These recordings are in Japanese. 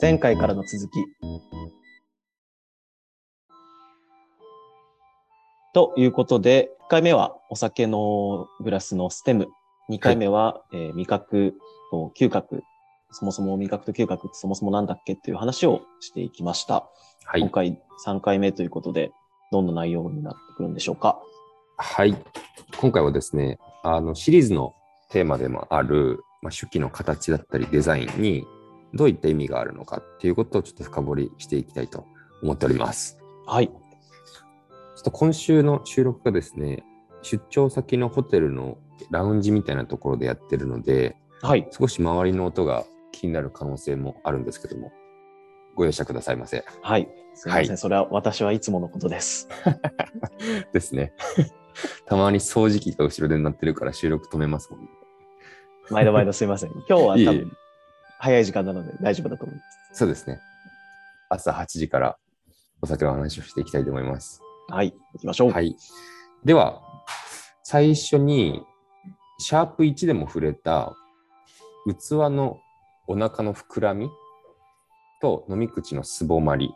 前回からの続き。ということで、1回目はお酒のグラスのステム、2回目は、えー味覚と嗅覚、そもそも味覚と嗅覚ってそもそもなんだっけっていう話をしていきました。は今。回3回目ということで、どんな内容になってくるんでしょうか。はい。今回はですね、あのシリーズのテーマでもある、まあ、手記の形だったりデザインにどういった意味があるのかっていうことをちょっと深掘りしていきたいと思っております。はい。ちょっと今週の収録がですね、出張先のホテルのラウンジみたいなところでやってるので、はい。少し周りの音が気になる可能性もあるんですけども、ご容赦くださいませ。はい。すみません。はそれは私はいつものことです。ですね。 たまに掃除機が後ろで鳴ってるから収録止めますもんね。毎度毎度すみません。今日は多いえいえ分、早い時間なので大丈夫だと思います。そうですね。朝8時からお酒の話をしていきたいと思います。はい。行きましょう。はい。では、最初に、シャープ1でも触れた、器のお腹の膨らみと飲み口のすぼまり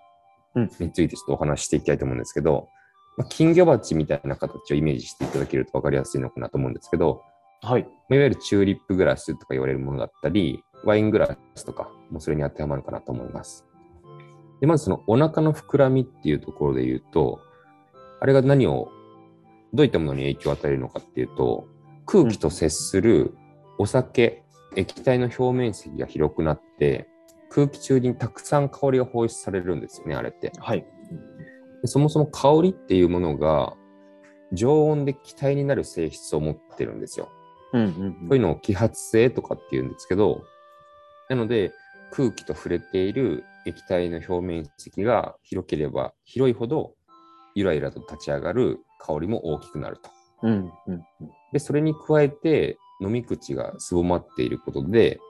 うんについてちょっとお話ししていきたいと思うんですけど、まあ金魚鉢みたいな形をイメージしていただけると分かりやすいのかなと思うんですけど、はい。まあいわゆるチューリップグラスとか言われるものだったり、ワイングラスとかもそれに当てはまるかなと思います。でまずそのお腹の膨らみっていうところで言うと、あれが何を、どういったものに影響を与えるのかっていうと、空気と接するお酒、液体の表面積が広くなって、空気中にたくさん香りが放出されるんですよね、あれって。はい。でそもそも香りっていうものが、常温で気体になる性質を持ってるんですよ。うんうん。そううんいうのを揮発性とかっていうんですけど、なので空気と触れている液体の表面積が広ければ広いほど、ゆらゆらと立ち上がる香りも大きくなると。うんうんで、それに加えて飲み口がすぼまっていることで、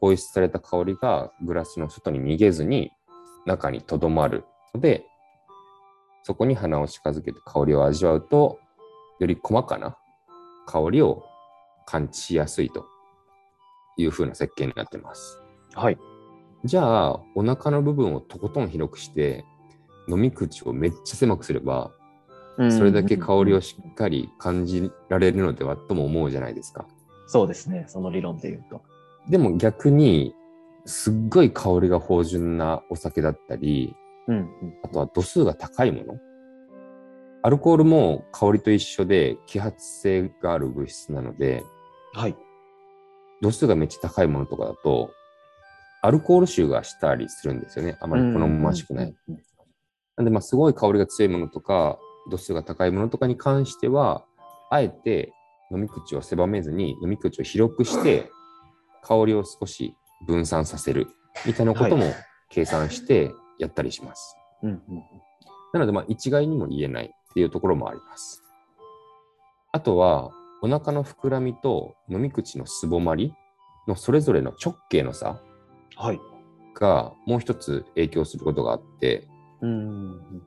放出された香りがグラスの外に逃げずに中にとどまるので、そこに鼻を近づけて香りを味わうと、より細かな香りを感知しやすいという風な設計になってます。はい。じゃあ、お腹の部分をとことん広くして、飲み口をめっちゃ狭くすれば、それだけ香りをしっかり感じられるのではとも思うじゃないですか。そうですね。その理論で言うと。でも逆に、すっごい香りが芳醇なお酒だったり、うんうん。あとは度数が高いもの。アルコールも香りと一緒で揮発性がある物質なので、はい。度数がめっちゃ高いものとかだと、アルコール臭がしたりするんですよね。あまり好ましくない。うんうんうん。なんで、まあ、すごい香りが強いものとか、度数が高いものとかに関しては、あえて飲み口を狭めずに、飲み口を広くして、香りを少し分散させる、みたいなことも計算してやったりします。うんうんなので、まあ、一概にも言えないっていうところもあります。あとは、お腹の膨らみと飲み口のすぼまりのそれぞれの直径の差はい。がもう一つ影響することがあって、うんうん。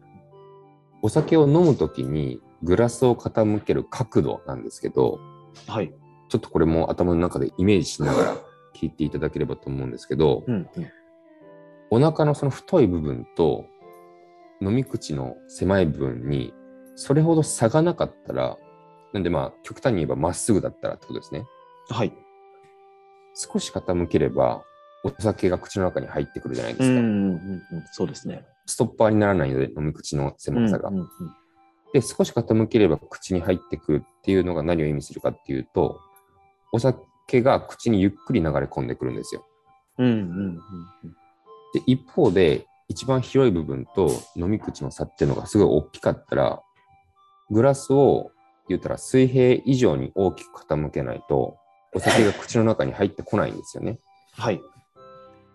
お酒を飲むときにグラスを傾ける角度なんですけど、はい。ちょっとこれも頭の中でイメージしながら聞いていただければと思うんですけど、うんうん。お腹のその太い部分と飲み口の狭い部分にそれほど差がなかったら、なんでまあ極端に言えばまっすぐだったらってことですね。はい。少し傾ければお酒が口の中に入ってくるじゃないでうすんか。うんうんうん。そうですね。ストッパーにならないので飲み口の狭さが。うんうんうんで、少し傾ければ口に入ってくるっていうのが何を意味するかっていうと、お酒が口にゆっくり流れ込んでくるんですよ。うんうんうんうん。で、一方で、一番広い部分と飲み口の差っていうのがすごい大きかったら、グラスを言ったら水平以上に大きく傾けないと、お酒が口の中に入ってこないんですよね。はい。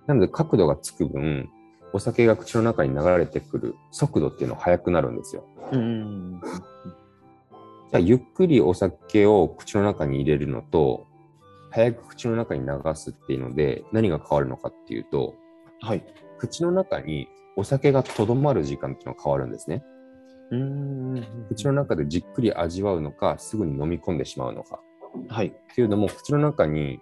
なので角度がつく分、お酒が口の中に流れてくる速度っていうのは速くなるんですよ。うんうんうん。じゃあゆっくりお酒を口の中に入れるのと、早く口の中に流すっていうので、何が変わるのかっていうと、はい。口の中にお酒がとどまる時間っていうのが変わるんですね。うんうんうん。口の中でじっくり味わうのか、すぐに飲み込んでしまうのか。はい。っていうのも、口の中に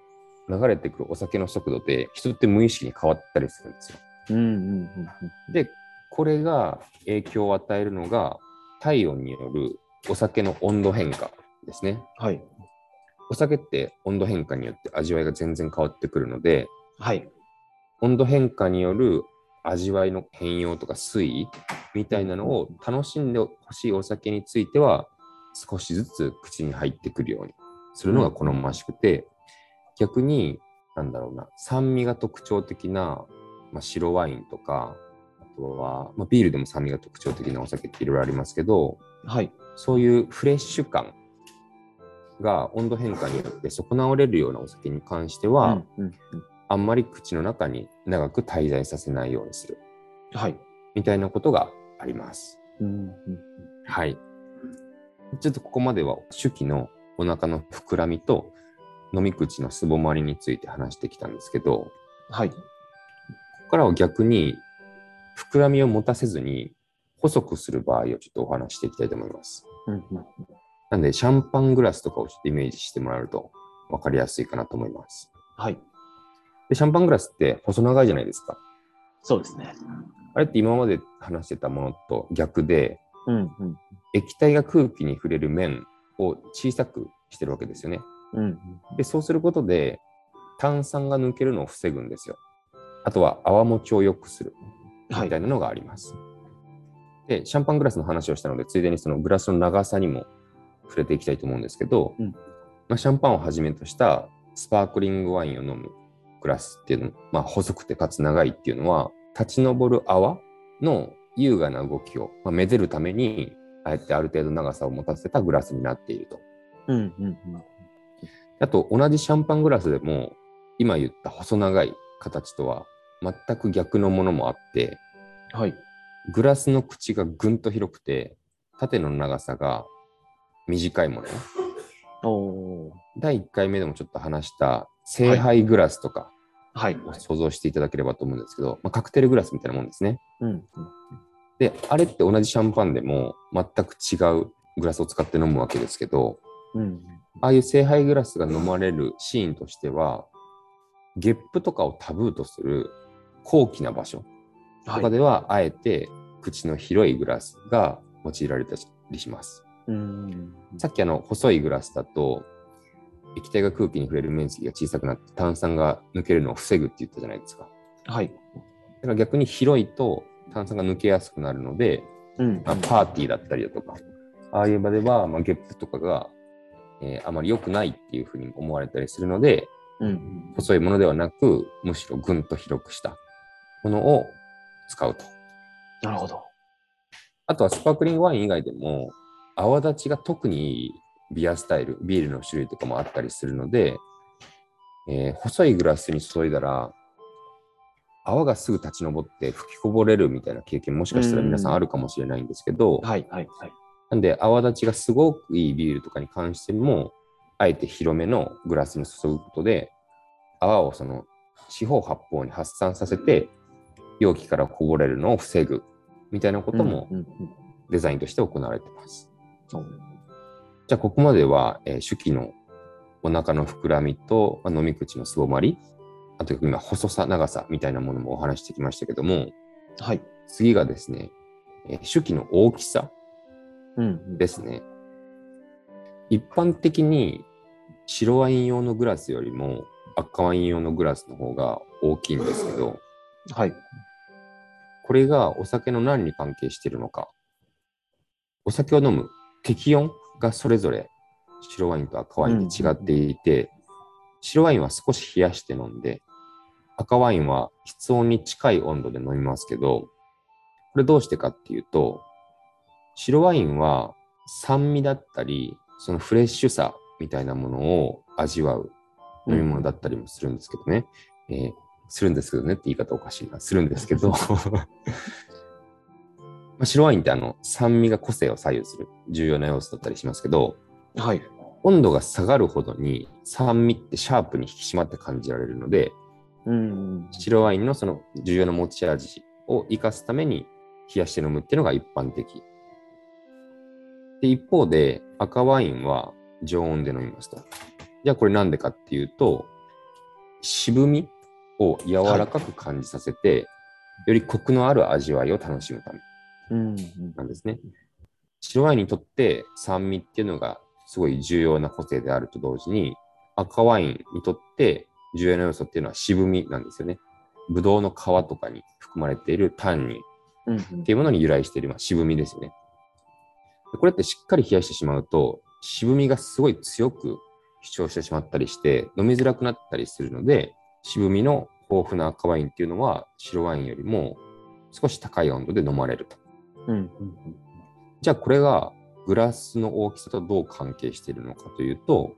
流れてくるお酒の速度で、人って無意識に変わったりするんですよ。うんうんうんうん。で、これが影響を与えるのが、体温によるお酒の温度変化ですね。はい。お酒って温度変化によって味わいが全然変わってくるので、はい。温度変化による味わいの変容とか推移みたいなのを楽しんでほしいお酒については少しずつ口に入ってくるようにするのが好ましくて、逆になんだろうな酸味が特徴的な、まあ、白ワインとかあとは、まあ、ビールでも酸味が特徴的なお酒っていろいろありますけどはい。そういうフレッシュ感が温度変化によって損なわれるようなお酒に関しては、うんうんあんまり口の中に長く滞在させないようにするうんはい。みたいなことがあります。うんうんはい。ちょっとここまでは手記のお腹の膨らみと飲み口のすぼまりについて話してきたんですけど、こはい。こからは逆に膨らみを持たせずに細くする場合をちょっとお話ししていきたいと思います。うんうんなんでシャンパングラスとかをちょっとイメージしてもらうと分かりやすいかなと思います。はい。で、シャンパングラスって細長いじゃないですか。そうですね。あれって今まで話してたものと逆で、うんうん液体が空気に触れる面を小さくしてるわけですよね。うんうん。で、そうすることで炭酸が抜けるのを防ぐんですよ。あとは泡持ちを良くするはみいた。いなのがあります。で、シャンパングラスの話をしたので、ついでにそのグラスの長さにも触れていきたいと思うんですけど、うんまあ、シャンパンをはじめとしたスパークリングワインを飲むグラスっていうの、まあ、細くてかつ長いっていうのは、立ち上る泡の優雅な動きを、まあ、めでるために、あえてある程度長さを持たせたグラスになっていると。うんうんうん。あと、同じシャンパングラスでも、今言った細長い形とは全く逆のものもあって、はい。グラスの口がぐんと広くて、縦の長さが短いもの。おおー。第1回目でもちょっと話した、聖杯グラスとかはい。を想像していただければと思うんですけど、まあ、カクテルグラスみたいなもんですね。うんうん。で、あれって同じシャンパンでも全く違うグラスを使って飲むわけですけど、うんああいう聖杯グラスが飲まれるシーンとしては、ゲップとかをタブーとする高貴な場所はといか。では、あえて口の広いグラスが用いられたりします。うん。さっきあの細いグラスだと液体が空気に触れる面積が小さくなって炭酸が抜けるのを防ぐって言ったじゃないですか。はい。だから逆に広いと炭酸が抜けやすくなるので、うんまあ、パーティーだったりだとか、ああいう場では、まあ、ゲップとかが、えーあまり良くないっていうふうに思われたりするので、うん。細いものではなく、むしろぐんと広くしたものを使うと。なるほど。あとはスパークリングワイン以外でも、泡立ちが特にいいビアスタイル、ビールの種類とかもあったりするので、えー細いグラスに注いだら、泡がすぐ立ち上って吹きこぼれるみたいな経験もしかしたら皆さんあるかもしれないんですけど、はいはいはい。なんで泡立ちがすごくいいビールとかに関しても、あえて広めのグラスに注ぐことで、泡をその四方八方に発散させて、容器からこぼれるのを防ぐみたいなこともうんうんデザインとして行われてます。うんじゃあ、ここまでは、えー手記のお腹の膨らみと、まあ飲み口のすぼまり、あと今、細さ、長さみたいなものもお話ししてきましたけども、はい。次がですね、えー手記の大きさうんうん。ですね。一般的に白ワイン用のグラスよりも赤ワイン用のグラスの方が大きいんですけど、はい。これがお酒の何に関係しているのか。お酒を飲む適温がそれぞれ白ワインと赤ワインで違っていて、白ワインは少し冷やして飲んで、赤ワインは室温に近い温度で飲みますけど、これどうしてかっていうと、白ワインは酸味だったり、そのフレッシュさみたいなものを味わう飲み物だったりもするんですけどね。えーするんですけどねって言い方おかしいな。するんですけど。ま あ白ワインってあの酸味が個性を左右する重要な要素だったりしますけど、はい。温度が下がるほどに酸味ってシャープに引き締まって感じられるので、うんうん。白ワインのその重要な持ち味を生かすために冷やして飲むっていうのが一般的。で、一方で赤ワインは常温で飲みますと。じゃあこれなんでかっていうと、渋みを柔らかく感じさせて、よりコクのある味わいを楽しむためうんうんなんですね。白ワインにとって酸味っていうのがすごい重要な個性であると同時に、赤ワインにとって重要な要素っていうのは渋みなんですよね。ブドウの皮とかに含まれているタンニンうんうんっていうものに由来している、まあ、渋みですよね。でこれってしっかり冷やしてしまうと、渋みがすごい強く主張してしまったりして、飲みづらくなったりするので、渋みの豊富な赤ワインっていうのは、白ワインよりも少し高い温度で飲まれると。うんじゃあこれがグラスの大きさとどう関係しているのかというと、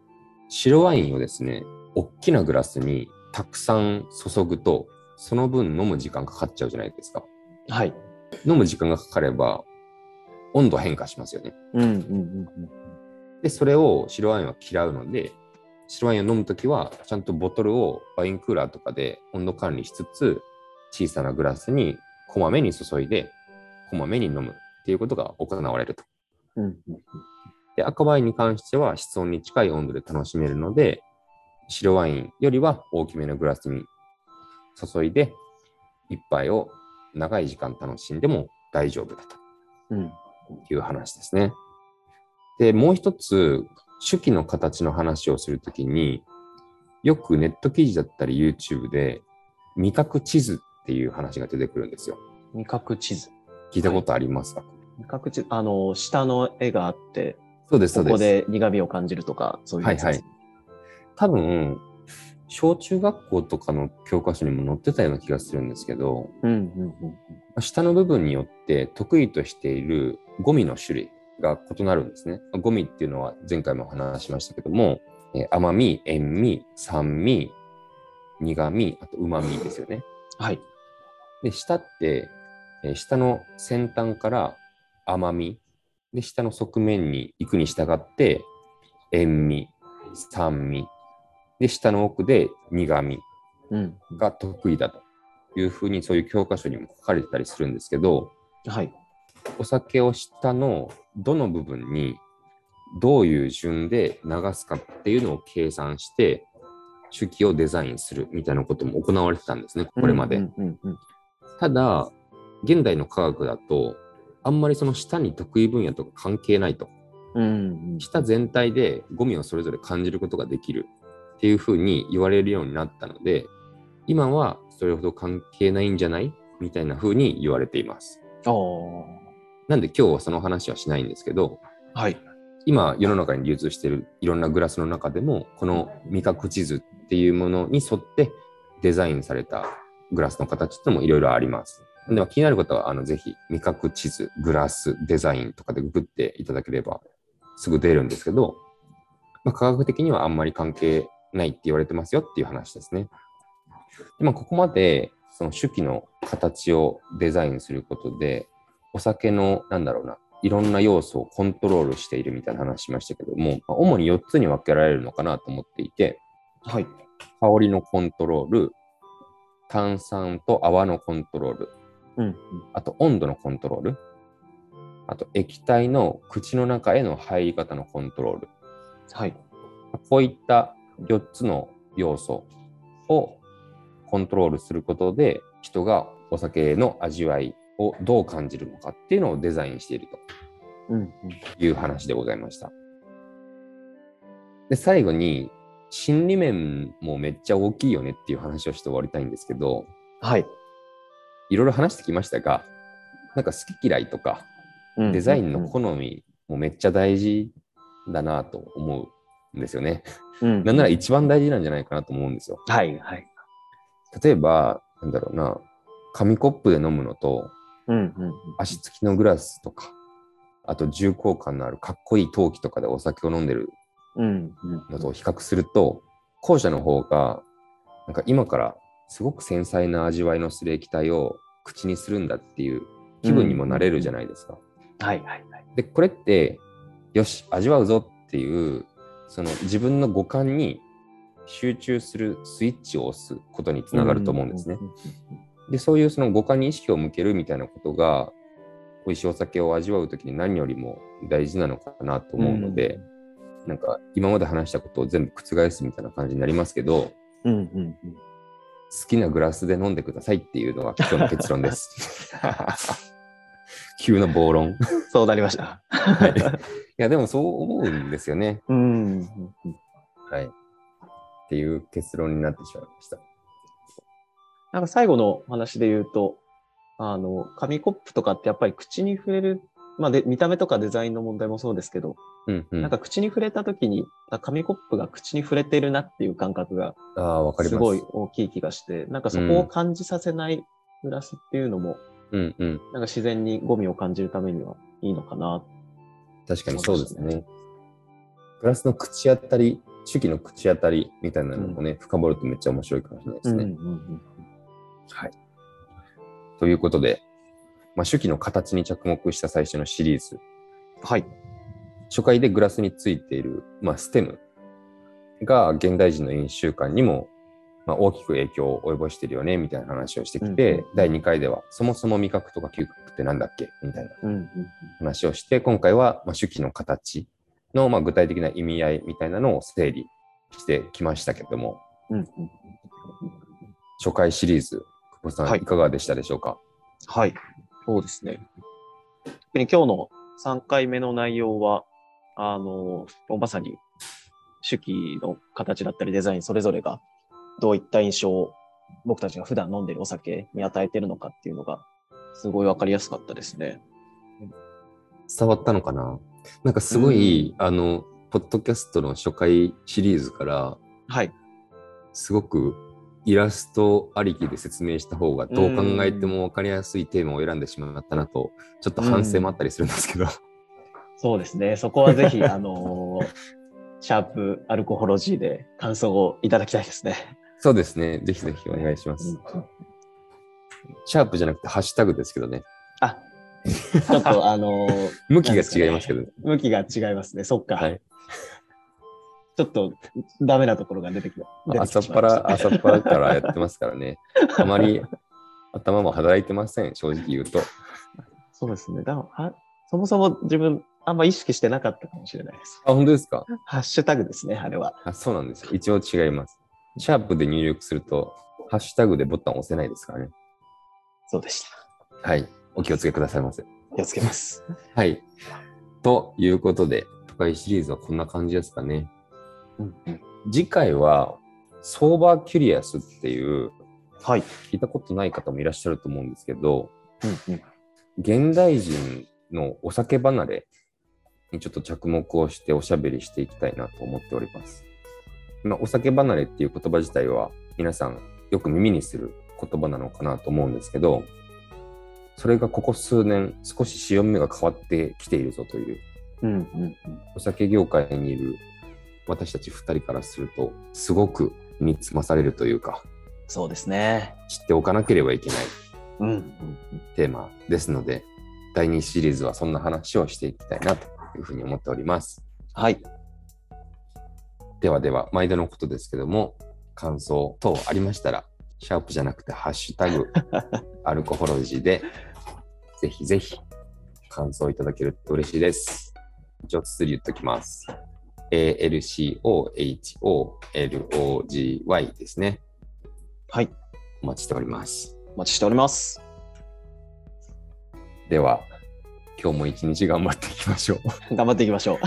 白ワインをですね、大きなグラスにたくさん注ぐと、その分飲む時間かかっちゃうじゃないですか。はい。飲む時間がかかれば、温度変化しますよね。うんうんうんで、それを白ワインは嫌うので、白ワインを飲むときは、ちゃんとボトルをワインクーラーとかで温度管理しつつ、小さなグラスにこまめに注いで、こまめに飲むっていうことが行われると。うんうんで、赤ワインに関しては室温に近い温度で楽しめるので、白ワインよりは大きめのグラスに注いで、一杯を長い時間楽しんでも大丈夫だとうんいう話ですね。で、もう一つ、手記の形の話をするときに、よくネット記事だったり YouTube で、味覚地図っていう話が出てくるんですよ。味覚地図。聞いたことありますか、味覚地図、あの、下の絵があって、そうです、そこうです。こで苦味を感じるとか、そういうやつです。多分、小中学校とかの教科書にも載ってたような気がするんですけど、うんうん下の部分によって得意としているゴミの種類が異なるんですね。ゴミっていうのは前回も話しましたけども、えー甘み、塩味、酸味、苦味、あと旨味ですよね。うん。はい。で、下って、えー下の先端から甘み、で、下の側面に行くに従って、塩味、酸味、で、下の奥で苦味うん。が得意だというふうに、そういう教科書にも書かれてたりするんですけど、はい。お酒を下のどの部分にどういう順で流すかっていうのを計算して、手記をデザインするみたいなことも行われてたんですね、これまで。うんうんうんただ、現代の科学だと、あんまりその舌に得意分野とか関係ないと。うん。うんうん舌全体でゴミをそれぞれ感じることができるっていうふうに言われるようになったので、今はそれほど関係ないんじゃないみたいなふうに言われています。あなんで今日はその話はしないんですけど、あ。はい。今世の中に流通しているいろんなグラスの中でもこの味覚地図っていうものに沿ってデザインされたグラスの形っていうのもいろいろあります。でも気になる方はあのぜひ味覚地図、グラス、デザインとかでググっていただければすぐ出るんですけど、まあ、科学的にはあんまり関係ないって言われてますよっていう話ですね。でまあ、ここまでその手記の形をデザインすることでお酒のなんだろうないろんな要素をコントロールしているみたいな話しましたけども、まあ主に4つに分けられるのかなと思っていて、はい。香りのコントロール、炭酸と泡のコントロール、うんうん。あと温度のコントロール、あと液体の口の中への入り方のコントロール、はい。こういった4つの要素をコントロールすることで、人がお酒の味わいをどう感じるのかっていうのをデザインしていると。うんうん。いう話でございました。で、最後に、心理面もめっちゃ大きいよねっていう話をして終わりたいんですけど、はい。いろいろ話してきましたが、なんか好き嫌いとか、うんデザインの好みもめっちゃ大事だなと思うんですよね。うんなんなら一番大事なんじゃないかなと思うんですよ。はいはい。例えば、なんだろうな、紙コップで飲むのと、うんうんうん。足つきのグラスとか、あと重厚感のあるかっこいい陶器とかでお酒を飲んでるうんのと比較すると、後者の方が、なんか今からすごく繊細な味わいのする液体を口にするんだっていう気分にもなれるじゃないですか。はいはいはい。で、これって、よし、味わうぞっていう、その自分の五感に集中するスイッチを押すことにつながると思うんですね。で、そういうその五感に意識を向けるみたいなことが、美味しいお酒を味わうときに何よりも大事なのかなとうんうん思うので、なんか今まで話したことを全部覆すみたいな感じになりますけど、うんうんうん。好きなグラスで飲んでくださいっていうのが今日の結論です。急な暴論。そうなりました。はい、いや、でもそう思うんですよね。うん。はい。っていう結論になってしまいました。なんか最後の話で言うと、あの、紙コップとかってやっぱり口に触れる、まあで、見た目とかデザインの問題もそうですけど、うんうん。なんか口に触れた時に、あ紙コップが口に触れてるなっていう感覚がああ、わかります。すごい。大きい気がして、なんかそこを感じさせないグラスっていうのも、うんうん。なんか自然にゴミを感じるためにはいいのかな。確かにそうですね。グラスの口当たり、手記の口当たりみたいなのもね、深掘るとめっちゃ面白いかもしれないですね。うんうんうんはい。ということで、まあ、手記の形に着目した最初のシリーズ。はい。初回でグラスについている、まあ、ステムが現代人の飲酒習慣にも、まあ、大きく影響を及ぼしてるよねみたいな話をしてきて、うんうん第2回ではそもそも味覚とか嗅覚ってなんだっけみたいなうんうん話をして今回は、まあ、手記の形の、まあ、具体的な意味合いみたいなのを整理してきましたけどもうんうんうん初回シリーズ久保さん、はいい、かがでしたでしょうかはい。そうですね。特に今日の3回目の内容は、あの、まさに手記の形だったりデザインそれぞれがどういった印象を僕たちが普段飲んでるお酒に与えてるのかっていうのがすごいわかりやすかったですね。伝わったのかななんかすごい、あのポッドキャストの初回シリーズからはい。すごくイラストありきで説明した方がどう考えても分かりやすいテーマを選んでしまったなとちょっと反省もあったりするんですけど、そうですね。そこはぜ ひ、あのシャープアルコホロジーで感想をいただきたいですね。そうですねぜひぜひお願いします、シャープじゃなくてハッシュタグですけどねあ、ちょっとあの向きが違いますけど、ね向きが違いますね。そっか。はいちょっとダメなところが出てきた。出てき朝てっしまぱいました ら朝っぱらからやってますからねあまり頭も働いてません正直言うとそうですね。だからはそもそも自分、あんま意識してなかったかもしれないです。あ本当ですかハッシュタグですね、あれは。あそうなんですよ一応違いますシャープで入力するとハッシュタグでボタン押せないですからねそうでした。はいお気をつけくださいませ気をつけます。はい。ということで、初回シリーズはこんな感じですかね。次回は、ソーバーキュリアスっていう、はい。聞いたことない方もいらっしゃると思うんですけど、うんうん現代人のお酒離れにちょっと着目をしておしゃべりしていきたいなと思っております。まあ、お酒離れっていう言葉自体は皆さんよく耳にする言葉なのかなと思うんですけど、それがここ数年少し潮目が変わってきているぞといううんうんうんお酒業界にいる私たち2人からするとすごく身につまされるというかそうですね。知っておかなければいけないうんうんテーマですので第2シリーズはそんな話をしていきたいなというふうに思っておりますはい。ではでは毎度のことですけども感想等ありましたらシャープじゃなくてハッシュタグアルコホロジーで ぜひぜひ感想いただけると嬉しいです一応つつり言っときます ALCOHOLOGY ですねはい。お待ちしております。お待ちしております。では、今日も一日頑張っていきましょう。頑張っていきましょう。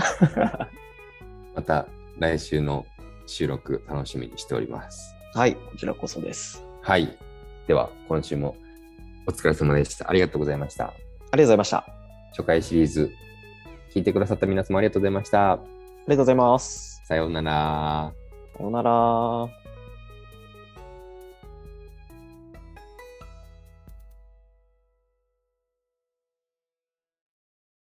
また来週の収録楽しみにしております。はい。こちらこそです。はい。では、今週もお疲れ様でした。ありがとうございました。ありがとうございました。あ初回シリーズ、聞いてくださった皆様ありがとうございました。りがとうございます。さようなら。さようなら。